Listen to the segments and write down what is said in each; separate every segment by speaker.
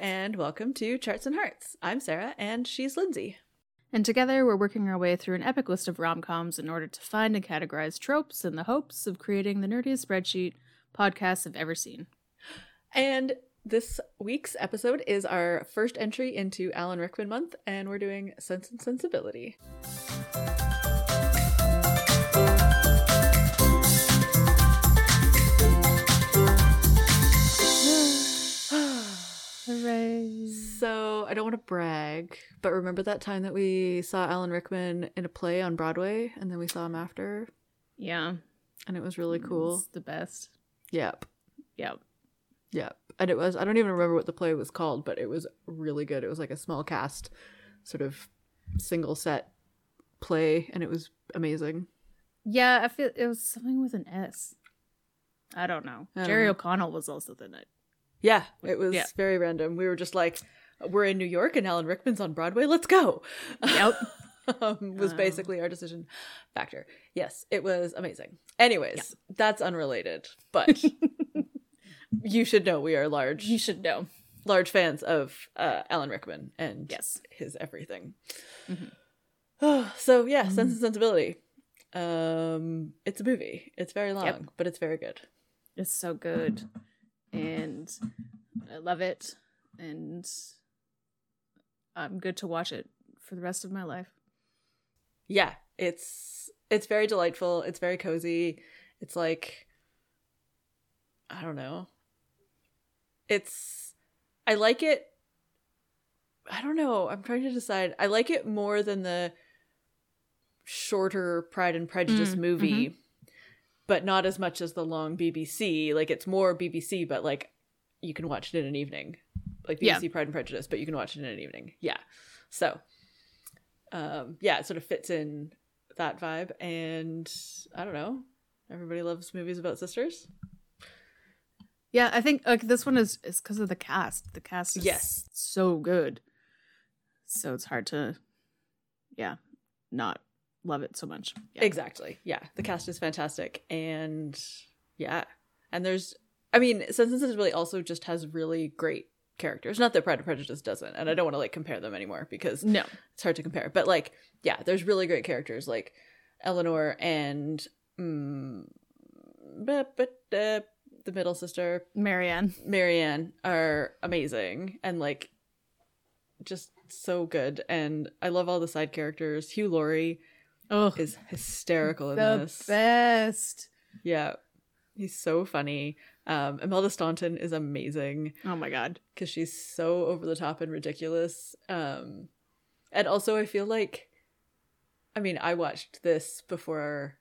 Speaker 1: and welcome to Charts and Hearts. I'm Sarah, and she's Lindsay.
Speaker 2: And together, we're working our way through an epic list of rom coms in order to find and categorize tropes in the hopes of creating the nerdiest spreadsheet podcasts have ever seen.
Speaker 1: And this week's episode is our first entry into Alan Rickman month, and we're doing Sense and Sensibility.
Speaker 2: Hooray.
Speaker 1: So I don't want to brag, but remember that time that we saw Alan Rickman in a play on Broadway, and then we saw him after,
Speaker 2: Yeah.
Speaker 1: and it was really cool.
Speaker 2: It's the best.
Speaker 1: Yep,
Speaker 2: Yep.
Speaker 1: yep. And it was. I don't even remember what the play was called, but it was really good. It was like a small cast, sort of single set play, and it was amazing.
Speaker 2: Yeah, I feel it was something with an S. I don't know.
Speaker 1: I don't
Speaker 2: Jerry
Speaker 1: know.
Speaker 2: O'Connell was also the night.
Speaker 1: Yeah, it was
Speaker 2: Yeah.
Speaker 1: very random. We were just like, we're in New York and Alan Rickman's on Broadway. Let's go.
Speaker 2: Yep.
Speaker 1: um, was
Speaker 2: Oh.
Speaker 1: basically our decision factor. Yes, it was amazing. Anyways, that's unrelated, but you should know we are large,
Speaker 2: You should know.
Speaker 1: large fans of uh, Alan Rickman and
Speaker 2: Yes.
Speaker 1: his everything. Ah,
Speaker 2: Mhm.
Speaker 1: so yeah,
Speaker 2: Mhm.
Speaker 1: Sense and Sensibility. Um, it's a movie. It's very long, but it's very good.
Speaker 2: It's so good. And I love it. And I'm good to watch it for the rest of my life.
Speaker 1: yeah it's it's very delightful it's very cozy it's like i don't know it's i like it i don't know i'm trying to decide i like it more than the shorter pride and prejudice
Speaker 2: Mm,
Speaker 1: movie but not as much as the long bbc like it's more bbc but like you can watch it in an evening like
Speaker 2: Yeah.
Speaker 1: bbc pride and prejudice but you can watch it in an evening yeah so um yeah it sort of fits in that vibe and i don't know everybody loves movies about sisters
Speaker 2: Yeah, I think like this one is is because of the cast. The cast is
Speaker 1: Yes.
Speaker 2: so good. So it's hard to yeah, not love it so much. Yeah.
Speaker 1: exactly yeah the cast is fantastic and yeah and there's i mean sense and sensibility also just has really great characters not that pride and prejudice doesn't and i don't want to like compare them anymore because
Speaker 2: No.
Speaker 1: it's hard to compare but like yeah there's really great characters like eleanor and mm, but, but uh, the middle sister
Speaker 2: Marianne.
Speaker 1: Marianne are amazing and like just so good. And I love all the side characters. Hugh Laurie
Speaker 2: Oh
Speaker 1: is hysterical in
Speaker 2: the
Speaker 1: this.
Speaker 2: best.
Speaker 1: Yeah. He's so funny. Um, Imelda Staunton is amazing
Speaker 2: Oh my god.
Speaker 1: because she's so over the top and ridiculous. Um, and also, I feel like, I mean, I watched this before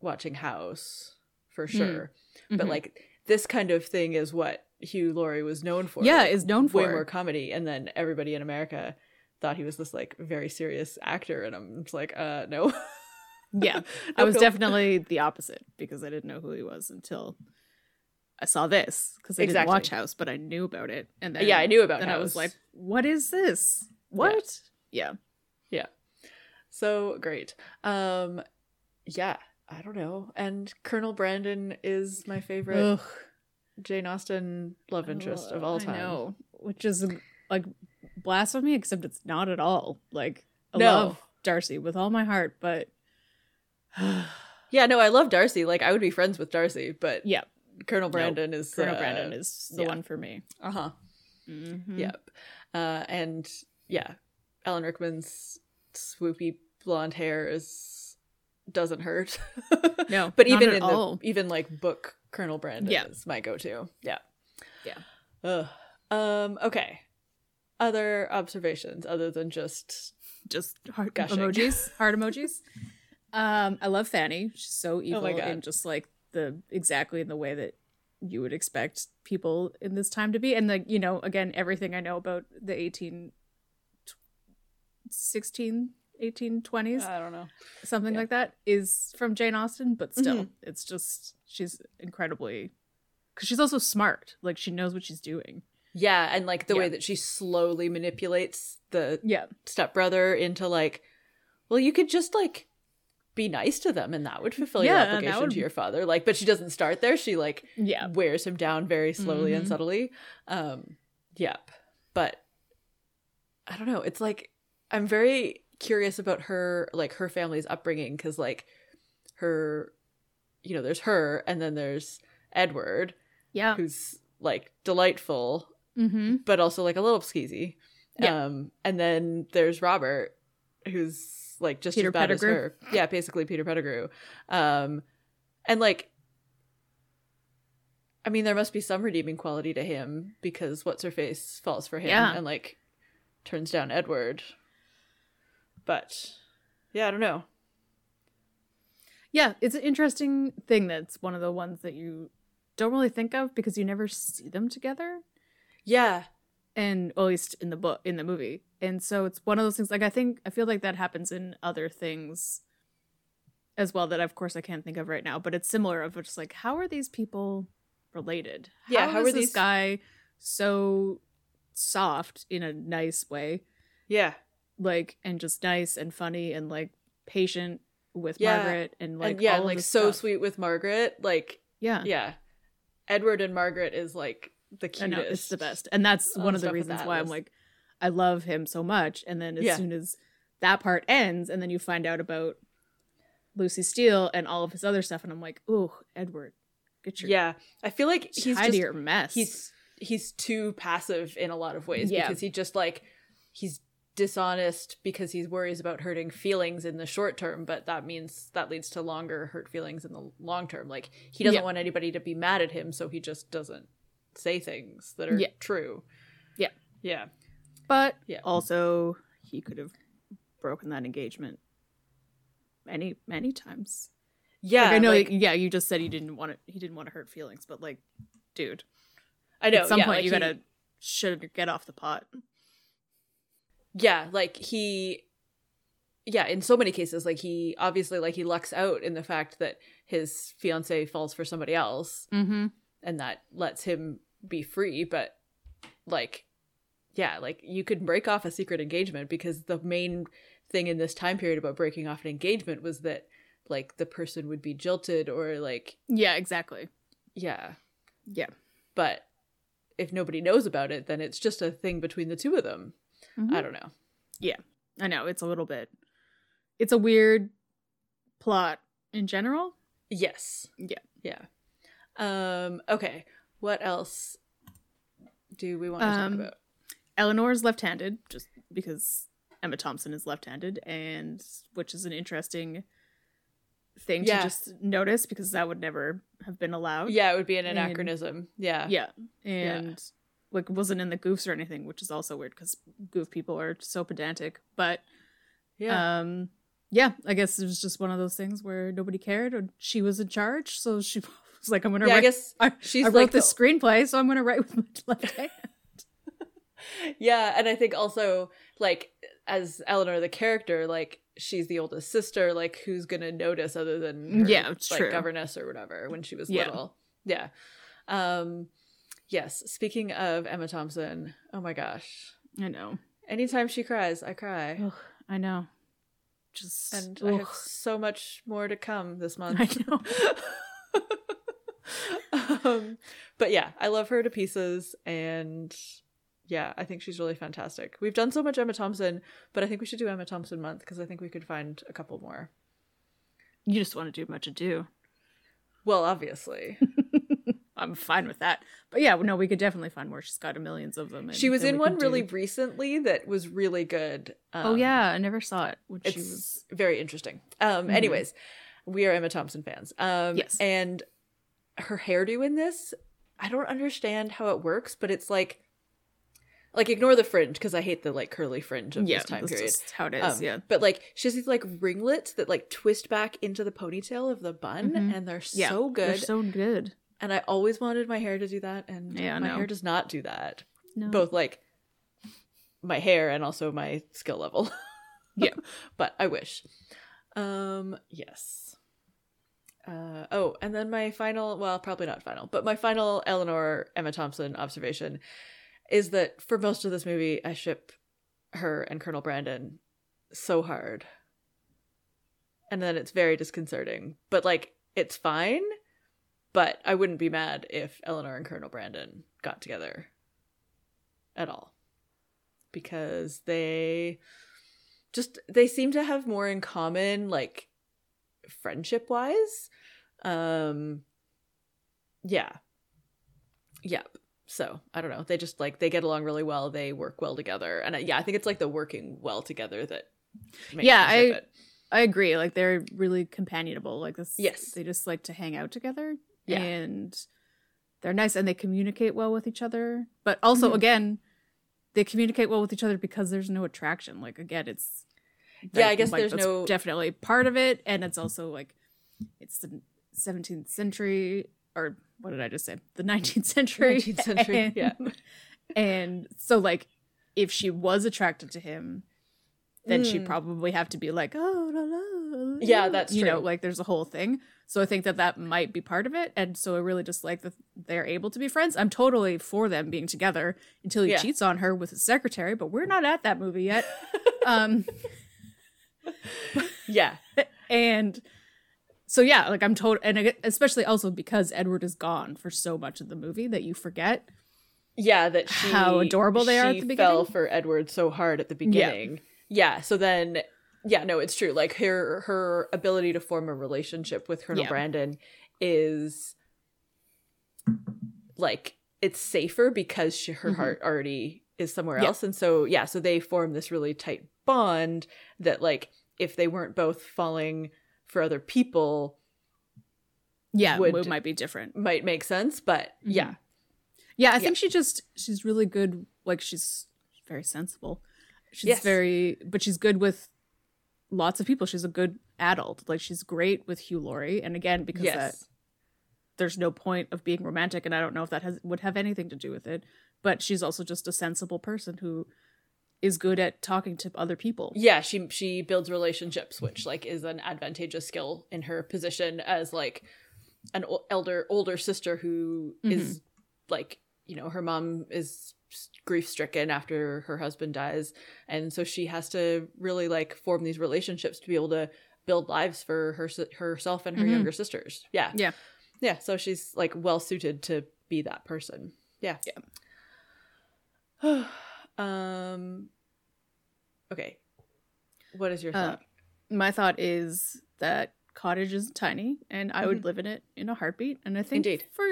Speaker 1: watching House for sure, but
Speaker 2: Mhm.
Speaker 1: like this kind of thing is what Hugh Laurie was known for.
Speaker 2: yeah,
Speaker 1: Like,
Speaker 2: is known for
Speaker 1: way more comedy and then everybody in america thought he was this like very serious actor and i'm just like uh no
Speaker 2: Yeah. I
Speaker 1: No,
Speaker 2: was
Speaker 1: no.
Speaker 2: definitely the opposite because I didn't know who he was until I saw this because I didn't
Speaker 1: Exactly.
Speaker 2: watch House, but I knew about it. And then
Speaker 1: yeah i knew about
Speaker 2: Then I was
Speaker 1: House.
Speaker 2: like, what is this? What? Yeah.
Speaker 1: so great um yeah i don't know and colonel brandon is my favorite
Speaker 2: Ugh.
Speaker 1: jane austen love interest of all
Speaker 2: I
Speaker 1: time
Speaker 2: know, which is like blasphemy, except it's not at all. Like I
Speaker 1: No.
Speaker 2: love Darcy with all my heart, but
Speaker 1: yeah no i love darcy like i would be friends with darcy but
Speaker 2: yeah,
Speaker 1: colonel brandon is
Speaker 2: Colonel
Speaker 1: uh,
Speaker 2: Brandon is the
Speaker 1: yeah.
Speaker 2: one for me.
Speaker 1: uh-huh
Speaker 2: Mhm.
Speaker 1: Yep. Uh, and yeah, Alan Rickman's swoopy blonde hair is doesn't hurt.
Speaker 2: No,
Speaker 1: but
Speaker 2: not
Speaker 1: even
Speaker 2: at
Speaker 1: in
Speaker 2: all.
Speaker 1: the even like book Colonel Brandon
Speaker 2: Yeah.
Speaker 1: is my go-to. Yeah.
Speaker 2: Yeah.
Speaker 1: Ugh. Um. Okay. Other observations other than just
Speaker 2: just heart
Speaker 1: Gushing.
Speaker 2: emojis, heart emojis. Um, I love Fanny. She's so evil
Speaker 1: Oh my God.
Speaker 2: and just like the exactly in the way that you would expect people in this time to be. And like you know, again, everything I know about the 18, tw- 16, 18, 20s.
Speaker 1: I don't know.
Speaker 2: something
Speaker 1: Yeah.
Speaker 2: like that is from Jane Austen, but still, it's just she's incredibly because she's also smart. Like she knows what she's doing.
Speaker 1: Yeah, and like the
Speaker 2: Yeah.
Speaker 1: way that she slowly manipulates the
Speaker 2: Yeah,
Speaker 1: stepbrother into like, well, you could just like be nice to them and that would fulfill your
Speaker 2: Yeah, that
Speaker 1: obligation
Speaker 2: would-
Speaker 1: to your father. Like, but she doesn't start there. She like
Speaker 2: yeah, Mm-hmm.
Speaker 1: wears him down very slowly and
Speaker 2: Mhm.
Speaker 1: subtly. Um, yep. but I don't know. It's like I'm very curious about her, like her family's upbringing, because like her, you know, there's her, and then there's Edward,
Speaker 2: Yeah.
Speaker 1: who's like delightful,
Speaker 2: Mm-hmm.
Speaker 1: but also like a little skeezy.
Speaker 2: Yeah.
Speaker 1: Um, and then there's Robert, who's like just
Speaker 2: Peter
Speaker 1: as bad
Speaker 2: Pettigrew.
Speaker 1: as her. Yeah, basically Peter Pettigrew. Um, and like, I mean, there must be some redeeming quality to him because what's her face falls for him
Speaker 2: Yeah.
Speaker 1: and like turns down Edward. But yeah, I don't know.
Speaker 2: Yeah, it's an interesting thing that's one of the ones that you don't really think of because you never see them together.
Speaker 1: Yeah,
Speaker 2: and at least in the book in the movie and so it's one of those things like i think i feel like that happens in other things as well that of course i can't think of right now but it's similar of just like how are these people related
Speaker 1: Yeah, how
Speaker 2: is
Speaker 1: are
Speaker 2: this
Speaker 1: these-
Speaker 2: guy so soft in a nice way
Speaker 1: yeah.
Speaker 2: like and just nice and funny and like patient with
Speaker 1: Yeah,
Speaker 2: margaret and like
Speaker 1: and yeah,
Speaker 2: all of
Speaker 1: like
Speaker 2: this
Speaker 1: so
Speaker 2: stuff.
Speaker 1: sweet with Margaret. Like,
Speaker 2: yeah
Speaker 1: yeah. Edward and Margaret is like the
Speaker 2: I
Speaker 1: cutest.
Speaker 2: know it's the best, and that's
Speaker 1: All
Speaker 2: one
Speaker 1: the
Speaker 2: of the
Speaker 1: stuff in
Speaker 2: reasons
Speaker 1: that
Speaker 2: why I'm
Speaker 1: was-
Speaker 2: like, I love him so much. And then as
Speaker 1: Yeah.
Speaker 2: soon as that part ends, and then you find out about Lucy Steele and all of his other stuff, and I'm like, ooh, Edward, get your
Speaker 1: Yeah, I feel like
Speaker 2: he's
Speaker 1: he's just
Speaker 2: your mess.
Speaker 1: he's he's too passive in a lot of ways
Speaker 2: Yeah.
Speaker 1: because he just like he's dishonest because he worries about hurting feelings in the short term but that means that leads to longer hurt feelings in the long term like he doesn't
Speaker 2: Yeah.
Speaker 1: want anybody to be mad at him so he just doesn't say things that are
Speaker 2: Yeah.
Speaker 1: true
Speaker 2: Yeah.
Speaker 1: yeah
Speaker 2: but
Speaker 1: Yeah.
Speaker 2: also he could have broken that engagement many many times.
Speaker 1: yeah
Speaker 2: like I know,
Speaker 1: like,
Speaker 2: yeah, you just said you didn't want to, he didn't want to hurt feelings, but like, dude,
Speaker 1: i know
Speaker 2: at some
Speaker 1: yeah,
Speaker 2: point
Speaker 1: like,
Speaker 2: you
Speaker 1: he-
Speaker 2: gotta should get off the pot.
Speaker 1: yeah like he yeah in so many cases like he obviously like he lucks out in the fact that his fiance falls for somebody else
Speaker 2: Mm-hmm.
Speaker 1: and that lets him be free but like yeah like you could break off a secret engagement because the main thing in this time period about breaking off an engagement was that like the person would be jilted or like
Speaker 2: Yeah, exactly.
Speaker 1: yeah
Speaker 2: Yeah.
Speaker 1: but if nobody knows about it then it's just a thing between the two of them
Speaker 2: Mm-hmm.
Speaker 1: i don't know
Speaker 2: I know it's a little bit. It's a weird plot in general.
Speaker 1: yes
Speaker 2: Yeah.
Speaker 1: yeah um okay what else do we want to
Speaker 2: Um,
Speaker 1: talk about
Speaker 2: Eleanor is left-handed, just because Emma Thompson is left-handed, and which is an interesting thing
Speaker 1: Yeah.
Speaker 2: to just notice because that would never have been allowed.
Speaker 1: yeah it would be an
Speaker 2: and-
Speaker 1: anachronism yeah
Speaker 2: yeah, and like wasn't in the goofs or anything, which is also weird because goof people are so pedantic. But
Speaker 1: yeah
Speaker 2: um, yeah, I guess it was just one of those things where nobody cared, or she was in charge, so she was like, "I'm gonna
Speaker 1: yeah i
Speaker 2: write
Speaker 1: guess
Speaker 2: I,
Speaker 1: she's
Speaker 2: I wrote
Speaker 1: like the-
Speaker 2: this screenplay, so I'm going to write with my left hand.
Speaker 1: Yeah, and I think also like as Eleanor the character, like she's the oldest sister, like who's gonna notice other than her,
Speaker 2: Yeah, it's
Speaker 1: like
Speaker 2: true.
Speaker 1: governess or whatever when she was
Speaker 2: Yeah.
Speaker 1: little. Yeah. Um yes, speaking of Emma Thompson, oh my gosh.
Speaker 2: I know.
Speaker 1: Anytime she cries, I cry.
Speaker 2: Ugh, I know. Just
Speaker 1: And I
Speaker 2: ugh.
Speaker 1: have so much more to come this month.
Speaker 2: I know.
Speaker 1: um, but yeah, I love her to pieces, and yeah, I think she's really fantastic. We've done so much Emma Thompson, but I think we should do Emma Thompson month because I think we could find a couple more.
Speaker 2: you just want to do much ado.
Speaker 1: Well, obviously,
Speaker 2: I'm fine with that. But yeah, no, we could definitely find more. She's got millions of them. and-
Speaker 1: she was
Speaker 2: and
Speaker 1: in
Speaker 2: we
Speaker 1: one
Speaker 2: could
Speaker 1: really
Speaker 2: do-
Speaker 1: recently that was really good. Um,
Speaker 2: oh yeah, I never saw it when
Speaker 1: it's
Speaker 2: she was.
Speaker 1: very interesting. Um,
Speaker 2: Mhm.
Speaker 1: anyways, we are Emma Thompson fans. Um,
Speaker 2: Yes.
Speaker 1: and her hairdo in this, I don't understand how it works, but it's like, like ignore the fringe because I hate the like curly fringe of
Speaker 2: Yeah,
Speaker 1: this time
Speaker 2: that's
Speaker 1: period.
Speaker 2: just how it is.
Speaker 1: Um,
Speaker 2: yeah,
Speaker 1: But like she has these like ringlets that like twist back into the ponytail of the bun
Speaker 2: Mhm.
Speaker 1: and they're
Speaker 2: yeah,
Speaker 1: so
Speaker 2: They're
Speaker 1: good.
Speaker 2: so good.
Speaker 1: and I always wanted my hair to do that and
Speaker 2: Yeah, I
Speaker 1: my
Speaker 2: know.
Speaker 1: hair does not do that.
Speaker 2: No.
Speaker 1: Both like my hair and also my skill level.
Speaker 2: Yeah.
Speaker 1: but I wish. Um yes. Uh, oh, and then my final, well, probably not final, but my final Eleanor Emma Thompson observation is that for most of this movie, I ship her and Colonel Brandon so hard. And then it's very disconcerting. But like it's fine, but I wouldn't be mad if Eleanor and Colonel Brandon got together at all. because they just they seem to have more in common like friendship wise um yeah yep so i don't know they just like they get along really well they work well together and uh, yeah i think it's like the working well together that makes
Speaker 2: Yeah,
Speaker 1: friendship
Speaker 2: I-
Speaker 1: it.
Speaker 2: I agree. Like they're really companionable. Like this.
Speaker 1: Yes.
Speaker 2: They just like to hang out together.
Speaker 1: Yeah.
Speaker 2: And they're nice and they communicate well with each other. But also
Speaker 1: Mhm.
Speaker 2: again, they communicate well with each other because there's no attraction. Like again, it's
Speaker 1: Yeah, I
Speaker 2: like-
Speaker 1: guess
Speaker 2: like,
Speaker 1: there's
Speaker 2: that's
Speaker 1: no-
Speaker 2: definitely part of it. And it's also like it's the seventeenth century or what did I just say? The nineteenth century.
Speaker 1: 19th century,
Speaker 2: And-
Speaker 1: yeah.
Speaker 2: And so like if she was attracted to him, then she'd
Speaker 1: Mm.
Speaker 2: probably have to be like, oh, la, la, la,
Speaker 1: Yeah,
Speaker 2: la,"
Speaker 1: that's
Speaker 2: you know,
Speaker 1: true.
Speaker 2: like there's a whole thing. So I think that that might be part of it, and so I really just like that they're able to be friends. I'm totally for them being together until he
Speaker 1: Yeah.
Speaker 2: cheats on her with his secretary, but we're not at that movie yet. um,
Speaker 1: yeah
Speaker 2: and so yeah, like I'm total, and I get- especially also because Edward is gone for so much of the movie that you forget.
Speaker 1: yeah that she,
Speaker 2: How adorable they are at
Speaker 1: she
Speaker 2: the
Speaker 1: fell
Speaker 2: beginning.
Speaker 1: for edward so hard at the beginning yeah. so then yeah no it's true like her her ability to form a relationship with colonel
Speaker 2: Yeah.
Speaker 1: brandon is like it's safer because she, her
Speaker 2: Mhm.
Speaker 1: heart already is somewhere
Speaker 2: Yeah.
Speaker 1: else and so yeah so they form this really tight bond that like if they weren't both falling for other people
Speaker 2: Yeah,
Speaker 1: Would-
Speaker 2: it might be different.
Speaker 1: might make sense but yeah
Speaker 2: Mm-hmm. Yeah, I
Speaker 1: Mm-hmm. Yeah.
Speaker 2: think she just she's really good. Like she's very sensible. She's
Speaker 1: Yes.
Speaker 2: very, but she's good with lots of people. She's a good adult. Like she's great with Hugh Laurie. And again, because that,
Speaker 1: yes
Speaker 2: there's no point of being romantic, and I don't know if that has would have anything to do with it. But she's also just a sensible person who is good at talking to other people.
Speaker 1: yeah she she builds relationships which like is an advantageous skill in her position as like an o- elder older sister who is like you know her mom is grief stricken after her husband dies and so she has to really like form these relationships to be able to build lives for her herself and her
Speaker 2: Mhm.
Speaker 1: younger sisters yeah
Speaker 2: Yeah.
Speaker 1: yeah so she's like well suited to be that person yeah yeah um okay what is your
Speaker 2: Uh,
Speaker 1: thought
Speaker 2: My thought is that cottage is tiny, and I would live in it in a heartbeat. And I think
Speaker 1: Mm-hmm. Indeed.
Speaker 2: for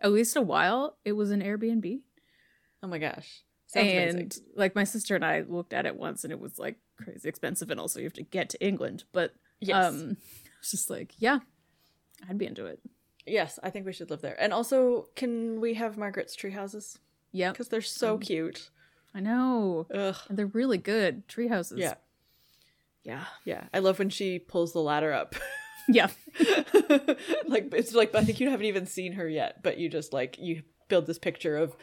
Speaker 2: at least a while, it was an Airbnb.
Speaker 1: oh my gosh sounds
Speaker 2: and
Speaker 1: amazing
Speaker 2: like my sister and I looked at it once and it was like crazy expensive and also you have to get to England. But
Speaker 1: yes
Speaker 2: um it's just like, yeah, I'd be into it.
Speaker 1: yes i think we should live there and also can we have margaret's tree houses
Speaker 2: Yep.
Speaker 1: because they're so
Speaker 2: Um,
Speaker 1: cute
Speaker 2: I know.
Speaker 1: ugh
Speaker 2: And they're really good. Tree houses.
Speaker 1: yeah
Speaker 2: Yeah.
Speaker 1: yeah i love when she pulls the ladder up
Speaker 2: Yeah.
Speaker 1: like it's like I think you haven't even seen her yet, but you just like you build this picture of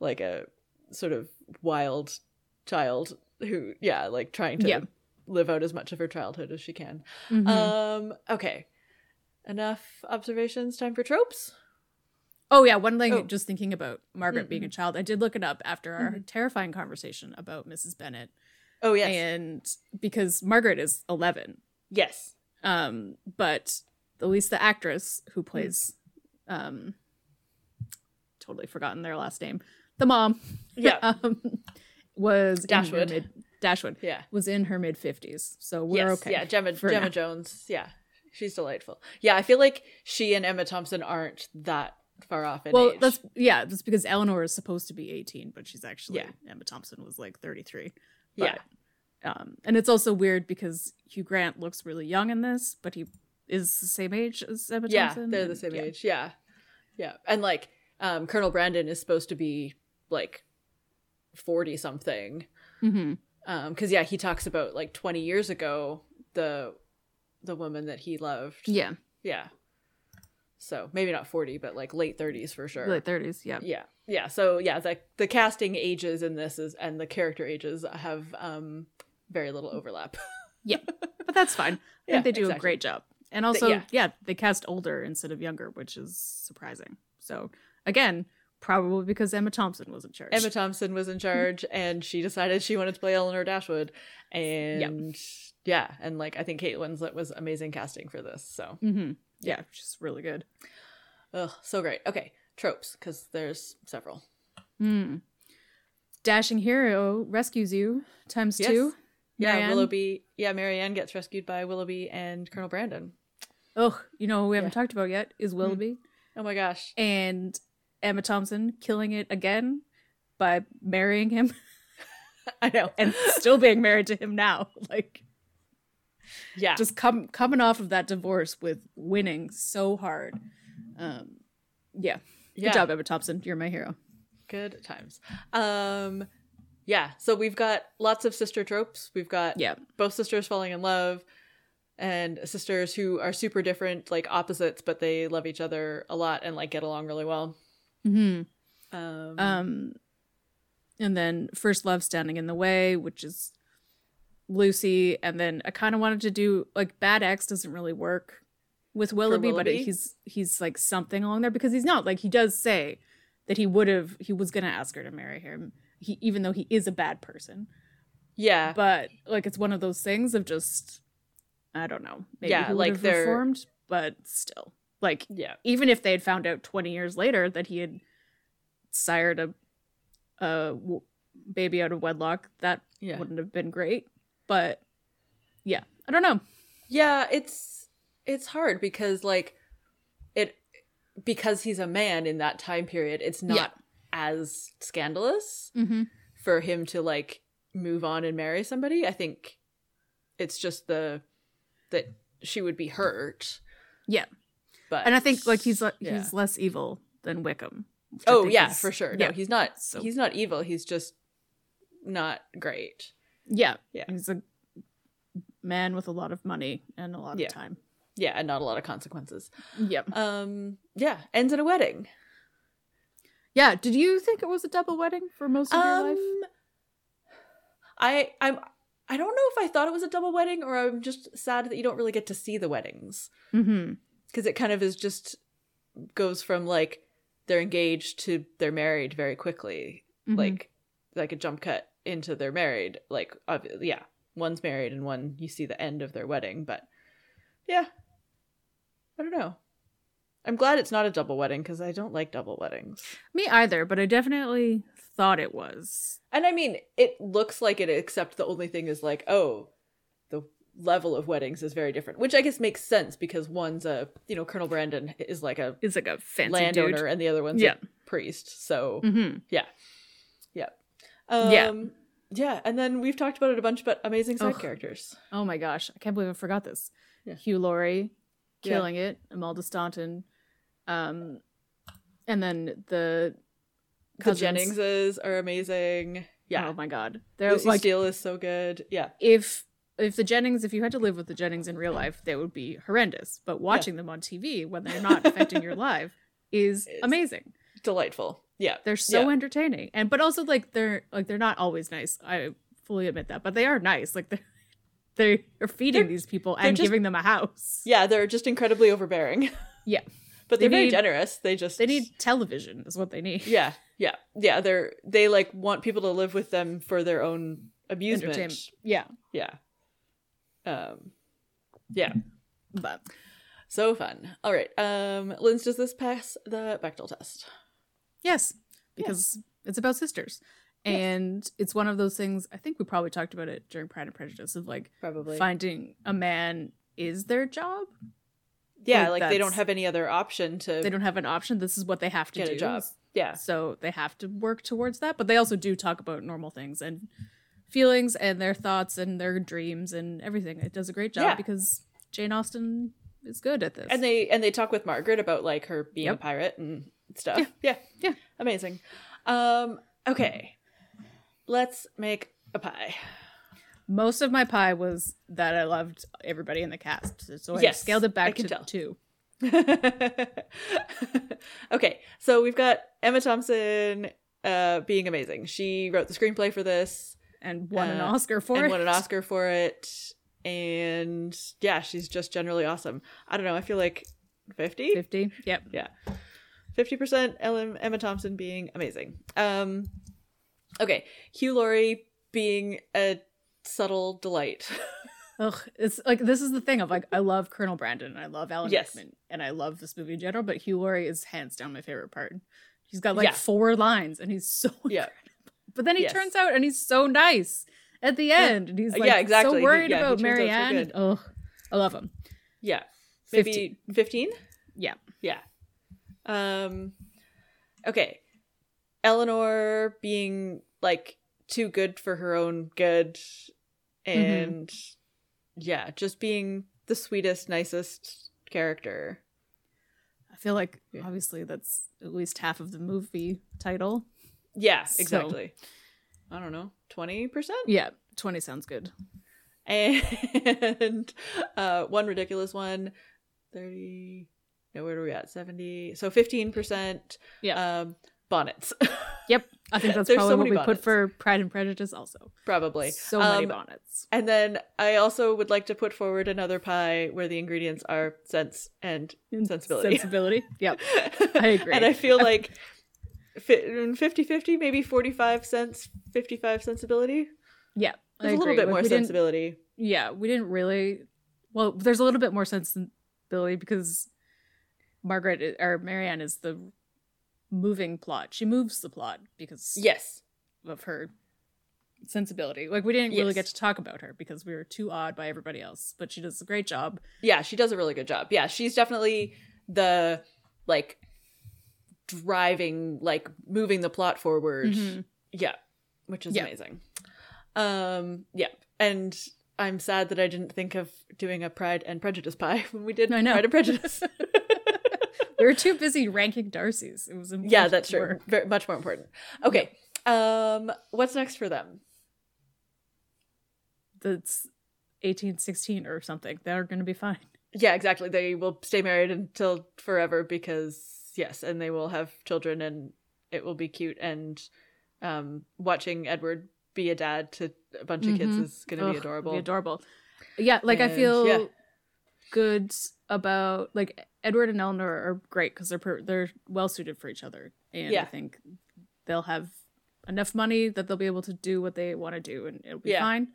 Speaker 1: like a sort of wild child who yeah, like trying to
Speaker 2: Yeah.
Speaker 1: live out as much of her childhood as she can.
Speaker 2: Mhm.
Speaker 1: Um okay. Enough observations, time for tropes.
Speaker 2: oh yeah, one thing
Speaker 1: oh.
Speaker 2: just thinking about Margaret being a child. I did look it up after our
Speaker 1: Mhm.
Speaker 2: terrifying conversation about Mrs. Bennett.
Speaker 1: Oh yes.
Speaker 2: And because Margaret is eleven.
Speaker 1: yes.
Speaker 2: Um, but at least the actress who plays
Speaker 1: Mm.
Speaker 2: um totally forgotten their last name. The mom.
Speaker 1: Yeah.
Speaker 2: um, was in her
Speaker 1: Dashwood.
Speaker 2: mid- Dashwood
Speaker 1: Yeah.
Speaker 2: was in her mid fifties, so we're
Speaker 1: yes.
Speaker 2: okay.
Speaker 1: Yeah, Gemma
Speaker 2: for
Speaker 1: Gemma
Speaker 2: now.
Speaker 1: Jones. Yeah. She's delightful. Yeah, I feel like she and Emma Thompson aren't that far off in
Speaker 2: Well,
Speaker 1: age.
Speaker 2: that's yeah, that's because Eleanor is supposed to be eighteen, but she's actually
Speaker 1: Yeah.
Speaker 2: Emma Thompson was like thirty three.
Speaker 1: yeah.
Speaker 2: Um, and it's also weird because Hugh Grant looks really young in this, but he is the same age as Emma
Speaker 1: yeah
Speaker 2: Thompson.
Speaker 1: they're the
Speaker 2: and-
Speaker 1: same
Speaker 2: yeah.
Speaker 1: age yeah yeah and like um colonel brandon is supposed to be like 40 something
Speaker 2: Mhm.
Speaker 1: um because yeah he talks about like 20 years ago the the woman that he loved
Speaker 2: Yeah,
Speaker 1: yeah so maybe not 40 but like late 30s for sure
Speaker 2: late thirties. Yeah.
Speaker 1: yeah yeah so yeah the, the casting ages in this is and the character ages have um very little overlap
Speaker 2: but that's fine. I
Speaker 1: Yeah,
Speaker 2: think they do a
Speaker 1: exactly.
Speaker 2: great job. And also,
Speaker 1: yeah.
Speaker 2: yeah. they cast older instead of younger, which is surprising. So again, probably because Emma Thompson was in charge.
Speaker 1: Emma Thompson was in charge and she decided she wanted to play Eleanor Dashwood. And yeah, and like I think Kate Winslet was amazing casting for this. So,
Speaker 2: hmm Yeah, she's really good.
Speaker 1: ugh, so great. Okay, tropes, because there's several.
Speaker 2: Mm. Dashing Hero rescues you times
Speaker 1: Yes.
Speaker 2: two.
Speaker 1: Yeah,
Speaker 2: Marianne.
Speaker 1: Willoughby. Yeah, Marianne gets rescued by Willoughby and Colonel Brandon.
Speaker 2: Ugh, you know who we haven't
Speaker 1: Yeah.
Speaker 2: talked about yet is Willoughby
Speaker 1: Oh my gosh.
Speaker 2: and Emma Thompson killing it again by marrying him
Speaker 1: I know.
Speaker 2: and still being married to him now. Like
Speaker 1: Yeah.
Speaker 2: just come coming off of that divorce with winning so hard. Um, yeah. Good
Speaker 1: yeah.
Speaker 2: job, Emma Thompson. You're my hero.
Speaker 1: Good times. Um yeah, so we've got lots of sister tropes. We've got
Speaker 2: Yeah.
Speaker 1: both sisters falling in love and sisters who are super different, like opposites, but they love each other a lot and like get along really well.
Speaker 2: hmm
Speaker 1: Um,
Speaker 2: Um, and then first love standing in the way, which is Lucy. And then I kind of wanted to do like bad X doesn't really work with Willoughby, but it,
Speaker 1: Willoughby?
Speaker 2: he's he's like something along there because he's not like he does say that he would have he was gonna ask her to marry him. He even though he is a bad person,
Speaker 1: yeah.
Speaker 2: but like it's one of those things of just I don't know. Maybe
Speaker 1: Yeah,
Speaker 2: he would
Speaker 1: like
Speaker 2: have
Speaker 1: they're-
Speaker 2: reformed, but still like
Speaker 1: yeah.
Speaker 2: even if they had found out 20 years later that he had sired a, a w- baby out of wedlock, that
Speaker 1: Yeah.
Speaker 2: wouldn't have been great. But yeah, I don't know.
Speaker 1: Yeah, it's it's hard because like it because he's a man in that time period, it's not
Speaker 2: Yeah.
Speaker 1: as scandalous.
Speaker 2: Mm-hmm.
Speaker 1: for him to like move on and marry somebody. I think it's just the that she would be hurt.
Speaker 2: Yeah.
Speaker 1: But
Speaker 2: And I think like he's le-
Speaker 1: Yeah.
Speaker 2: he's less evil than Wickham. which I
Speaker 1: Oh
Speaker 2: think
Speaker 1: yeah,
Speaker 2: is-
Speaker 1: for sure.
Speaker 2: Yeah,
Speaker 1: No, he's not
Speaker 2: So-
Speaker 1: he's not evil. He's just not great.
Speaker 2: yeah,
Speaker 1: Yeah.
Speaker 2: He's a man with a lot of money and a lot
Speaker 1: Yeah.
Speaker 2: of time.
Speaker 1: Yeah, and not a lot of consequences.
Speaker 2: Yep.
Speaker 1: Um yeah, ends in a wedding.
Speaker 2: Yeah. Did you think it was a double wedding for most of your life?
Speaker 1: Um I I'm I don't know if I thought it was a double wedding or I'm just sad that you don't really get to see the weddings.
Speaker 2: Mm-hmm.
Speaker 1: because it kind of is just goes from like they're engaged to they're married very quickly
Speaker 2: Mm-hmm.
Speaker 1: like like a jump cut into they're married like ob- yeah one's married and one you see the end of their wedding but yeah i don't know i'm glad it's not a double wedding because i don't like double weddings
Speaker 2: me either, but I definitely thought it was.
Speaker 1: and i mean it looks like it except the only thing is like oh the level of weddings is very different which i guess makes sense because one's a you know colonel brandon is like a
Speaker 2: It's like a fancy
Speaker 1: landowner
Speaker 2: dude.
Speaker 1: and the other one's
Speaker 2: Yeah.
Speaker 1: a priest. So
Speaker 2: Mm-hmm.
Speaker 1: um,
Speaker 2: Mm.
Speaker 1: yeah,
Speaker 2: Yeah.
Speaker 1: And then we've talked about it a bunch about amazing side
Speaker 2: Ugh.
Speaker 1: characters.
Speaker 2: Oh my gosh, I can't believe I forgot this.
Speaker 1: Yeah.
Speaker 2: Hugh Laurie
Speaker 1: Yeah.
Speaker 2: killing it, Imelda Staunton, um, and then the cousins.
Speaker 1: The Jenningses are amazing. Yeah,
Speaker 2: Oh my god, they're
Speaker 1: Lucy
Speaker 2: like
Speaker 1: Steele is so good. Yeah,
Speaker 2: if if the Jennings, if you had to live with the Jennings in real life, they would be horrendous. But watching them on TV when they're not affecting your life is
Speaker 1: Is-
Speaker 2: amazing.
Speaker 1: delightful. Yeah,
Speaker 2: They're so
Speaker 1: Yeah.
Speaker 2: entertaining, and but also like they're like they're not always nice. I fully admit that, but they are nice. Like they're they are feeding
Speaker 1: They're-
Speaker 2: these people
Speaker 1: they're
Speaker 2: and
Speaker 1: just-
Speaker 2: giving them a house.
Speaker 1: yeah. They're just incredibly overbearing.
Speaker 2: Yeah.
Speaker 1: but
Speaker 2: They
Speaker 1: they're very
Speaker 2: need-
Speaker 1: generous. They just
Speaker 2: They need television, is what they need.
Speaker 1: Yeah, yeah, yeah. They're they like want people to live with them for their own amusement.
Speaker 2: Entertainment. Yeah.
Speaker 1: Yeah. Um. Yeah.
Speaker 2: But
Speaker 1: So fun. All right. Um. Linz, does this pass the Bechtel test?
Speaker 2: yes, because it's about sisters.
Speaker 1: Yes.
Speaker 2: And it's one of those things, I think we probably talked about it during Pride and Prejudice of like
Speaker 1: Probably.
Speaker 2: finding a man is their job.
Speaker 1: Yeah,
Speaker 2: Like,
Speaker 1: like, they don't
Speaker 2: that's-
Speaker 1: have any other option to
Speaker 2: They don't have an option. This is what they have to
Speaker 1: get
Speaker 2: do.
Speaker 1: a job. Yeah.
Speaker 2: So they have to work towards that. But they also do talk about normal things and feelings and their thoughts and their dreams and everything. It does a great job
Speaker 1: Yeah.
Speaker 2: because Jane Austen is good at this.
Speaker 1: And they and they talk with Margaret about like her being
Speaker 2: Yep.
Speaker 1: a pirate and stuff.
Speaker 2: Yeah.
Speaker 1: Yeah. yeah.
Speaker 2: Yeah.
Speaker 1: Amazing. Um okay. Let's make a pie.
Speaker 2: Most of my pie was that I loved everybody in the cast, so I
Speaker 1: Yes,
Speaker 2: scaled it
Speaker 1: I
Speaker 2: back
Speaker 1: can
Speaker 2: to
Speaker 1: tell.
Speaker 2: two.
Speaker 1: okay. So we've got Emma Thompson uh being amazing. She wrote the screenplay for this
Speaker 2: and won an
Speaker 1: Uh,
Speaker 2: Oscar for
Speaker 1: and
Speaker 2: it.
Speaker 1: won an Oscar for it. And yeah, she's just generally awesome. I don't know, I feel like 50?
Speaker 2: Fifty. Yep.
Speaker 1: fifty percent Ellen Emma Thompson being amazing. Um, okay, Hugh Laurie being a subtle delight.
Speaker 2: Ugh, it's like this is the thing of like I love Colonel Brandon, and I love Alan
Speaker 1: Yes.
Speaker 2: Rickman, and I love this movie in general. But Hugh Laurie is hands down my favorite part. He's got like
Speaker 1: Yeah.
Speaker 2: four lines, and he's so
Speaker 1: yeah,
Speaker 2: But then he
Speaker 1: Yes.
Speaker 2: turns out and he's so nice at the end. And he's
Speaker 1: Yeah,
Speaker 2: like
Speaker 1: exactly.
Speaker 2: so
Speaker 1: He-
Speaker 2: worried
Speaker 1: yeah, he
Speaker 2: about
Speaker 1: turns out so
Speaker 2: Marianne.
Speaker 1: good.
Speaker 2: Oh, I love him.
Speaker 1: Yeah.
Speaker 2: 50.
Speaker 1: Maybe 15?
Speaker 2: Yeah.
Speaker 1: Yeah. Um okay. Eleanor being like too good for her own good and yeah, just being the sweetest, nicest character.
Speaker 2: I feel like
Speaker 1: Yeah.
Speaker 2: obviously that's at least half of the movie title.
Speaker 1: Yeah,
Speaker 2: So-
Speaker 1: exactly. I don't know, 20%?
Speaker 2: Yeah, 20 sounds good.
Speaker 1: And uh one ridiculous one, 30 no, where are we at? 70. So 15%.
Speaker 2: Yeah.
Speaker 1: Um, bonnets,
Speaker 2: I think that's
Speaker 1: There's
Speaker 2: probably
Speaker 1: so
Speaker 2: what
Speaker 1: many
Speaker 2: we
Speaker 1: bonnets.
Speaker 2: put for Pride and Prejudice also.
Speaker 1: probably.
Speaker 2: So many
Speaker 1: Um,
Speaker 2: bonnets.
Speaker 1: And then I also would like to put forward another pie where the ingredients are sense and sensibility.
Speaker 2: Sensibility. Yep. I agree.
Speaker 1: and I feel like 50 50, maybe 45 cents, 55 sensibility.
Speaker 2: Yeah. I
Speaker 1: There's a little
Speaker 2: agree.
Speaker 1: bit
Speaker 2: Like,
Speaker 1: more
Speaker 2: we didn't-
Speaker 1: sensibility.
Speaker 2: yeah, we didn't really. Well, there's a little bit more sensibility because Margaret i- or Marianne is the moving plot. She moves the plot because
Speaker 1: Yes.
Speaker 2: of her sensibility. Like we didn't really
Speaker 1: Yes.
Speaker 2: get to talk about her because we were too awed by everybody else, but she does a great job.
Speaker 1: Yeah, she does a really good job. Yeah, she's definitely the like driving, like moving the plot forward.
Speaker 2: Mhm.
Speaker 1: Yeah, which is
Speaker 2: Yeah.
Speaker 1: amazing. Um, yeah, and I'm sad that I didn't think of doing a Pride and Prejudice pie when we did
Speaker 2: I know.
Speaker 1: Pride and Prejudice.
Speaker 2: We were too busy ranking Darcy's. It was important
Speaker 1: yeah, that's true.
Speaker 2: work.
Speaker 1: Very, much more important. Okay. Um, what's next for them?
Speaker 2: That's 1816 or something. They're going to be fine.
Speaker 1: Yeah, exactly. They will stay married until forever because yes, and they will have children and it will be cute and um watching Edward be a dad to a bunch of kids
Speaker 2: Mhm.
Speaker 1: is going to
Speaker 2: Ugh,
Speaker 1: be
Speaker 2: it'd
Speaker 1: adorable.
Speaker 2: Be adorable. Yeah, like I
Speaker 1: And,
Speaker 2: feel
Speaker 1: yeah.
Speaker 2: good about like Edward and Eleanor are great because they're per- they're well suited for each other, and I
Speaker 1: Yeah.
Speaker 2: think they'll have enough money that they'll be able to do what they want to do, and it'll be
Speaker 1: Yeah.
Speaker 2: fine.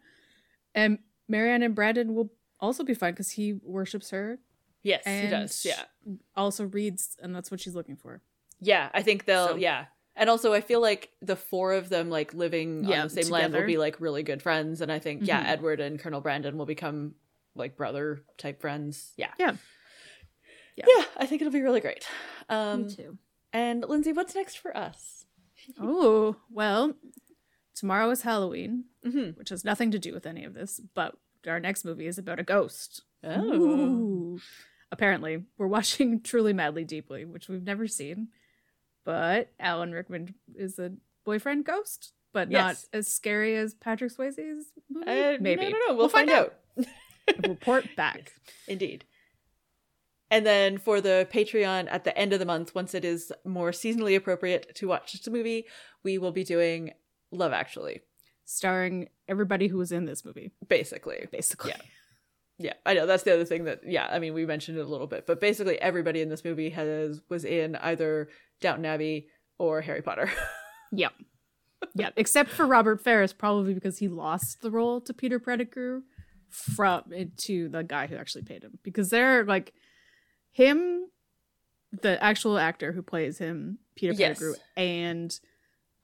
Speaker 2: And Marianne and Brandon will also be fine because he worships her,
Speaker 1: yes, he
Speaker 2: and-
Speaker 1: does. Yeah.
Speaker 2: also reads, and that's what she's looking for.
Speaker 1: Yeah, I think they'll
Speaker 2: So-
Speaker 1: yeah. And also I feel like the four of them like living
Speaker 2: Yeah,
Speaker 1: on the same land will
Speaker 2: together.
Speaker 1: be like really good friends and I think yeah,
Speaker 2: Mhm.
Speaker 1: Edward and Colonel Brandon will become like brother type friends. Yeah.
Speaker 2: Yeah.
Speaker 1: Yeah,
Speaker 2: Yeah.
Speaker 1: I think it'll be really great. Um
Speaker 2: too.
Speaker 1: and Lindsay, what's next for us?
Speaker 2: Oh well, tomorrow is Halloween,
Speaker 1: Mhm.
Speaker 2: which has nothing to do with any of this, but our next movie is about a ghost.
Speaker 1: Oh.
Speaker 2: Ooh. Apparently, we're watching Truly Madly Deeply, which we've never seen. But Alan Rickman is a boyfriend ghost, but
Speaker 1: Yes.
Speaker 2: not as scary as Patrick Swayze's movie.
Speaker 1: Uh,
Speaker 2: Maybe.
Speaker 1: I don't know. We'll, find, out.
Speaker 2: Report back.
Speaker 1: Indeed. And then for the Patreon at the end of the month, once it is more seasonally appropriate to watch this movie, we will be doing Love Actually,
Speaker 2: Starring everybody who was in this movie,
Speaker 1: basically.
Speaker 2: basically.
Speaker 1: Yeah. Yeah, I know that's the other thing that yeah, I mean we mentioned it a little bit, but basically everybody in this movie has was in either Downton Abbey or Harry Potter.
Speaker 2: Yeah, except for Robert Ferris, probably because he lost the role to Peter Pettigrew from eh, to the guy who actually paid him. Because they're like him, the actual actor who plays him, Peter
Speaker 1: Yes.
Speaker 2: Pettigrew, and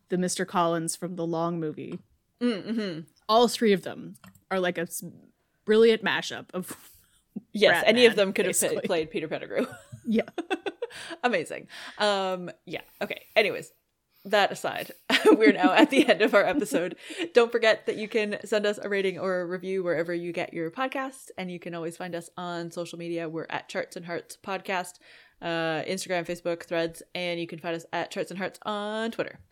Speaker 2: the Mr. Collins from the Long movie.
Speaker 1: mm-hmm.
Speaker 2: All three of them are like a s- brilliant mashup of
Speaker 1: Yes,
Speaker 2: Rat
Speaker 1: any of
Speaker 2: Man,
Speaker 1: them could have
Speaker 2: basically.
Speaker 1: pla- played Peter Pettigrew.
Speaker 2: Yeah.
Speaker 1: Amazing. Um yeah, okay. Anyways, that aside, we're now at the end of our episode. Don't forget that you can send us a rating or a review wherever you get your podcasts and you can always find us on social media. We're at Charts and Hearts Podcast, uh Instagram, Facebook, Threads, and you can find us at Charts and Hearts on Twitter.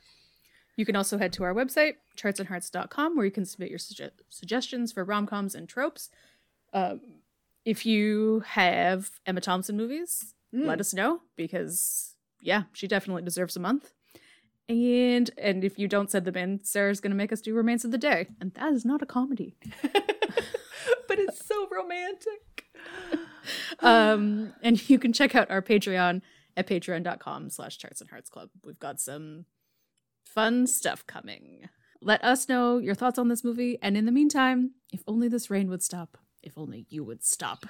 Speaker 2: You can also head to our website, chartsandhearts.com, where you can submit your sugge- suggestions for rom coms and tropes. Um, if you have Emma Thompson movies,
Speaker 1: Mm.
Speaker 2: let us know because, yeah, she definitely deserves a month. And and if you don't send them in, Sarah's going to make us do Remains of the Day, and that is not a comedy.
Speaker 1: but it's so romantic.
Speaker 2: um, and you can check out our Patreon at patreon.com slash charts and hearts club. We've got some fun stuff coming. Let us know your thoughts on this movie. And in the meantime, if only this rain would stop, if only you would stop.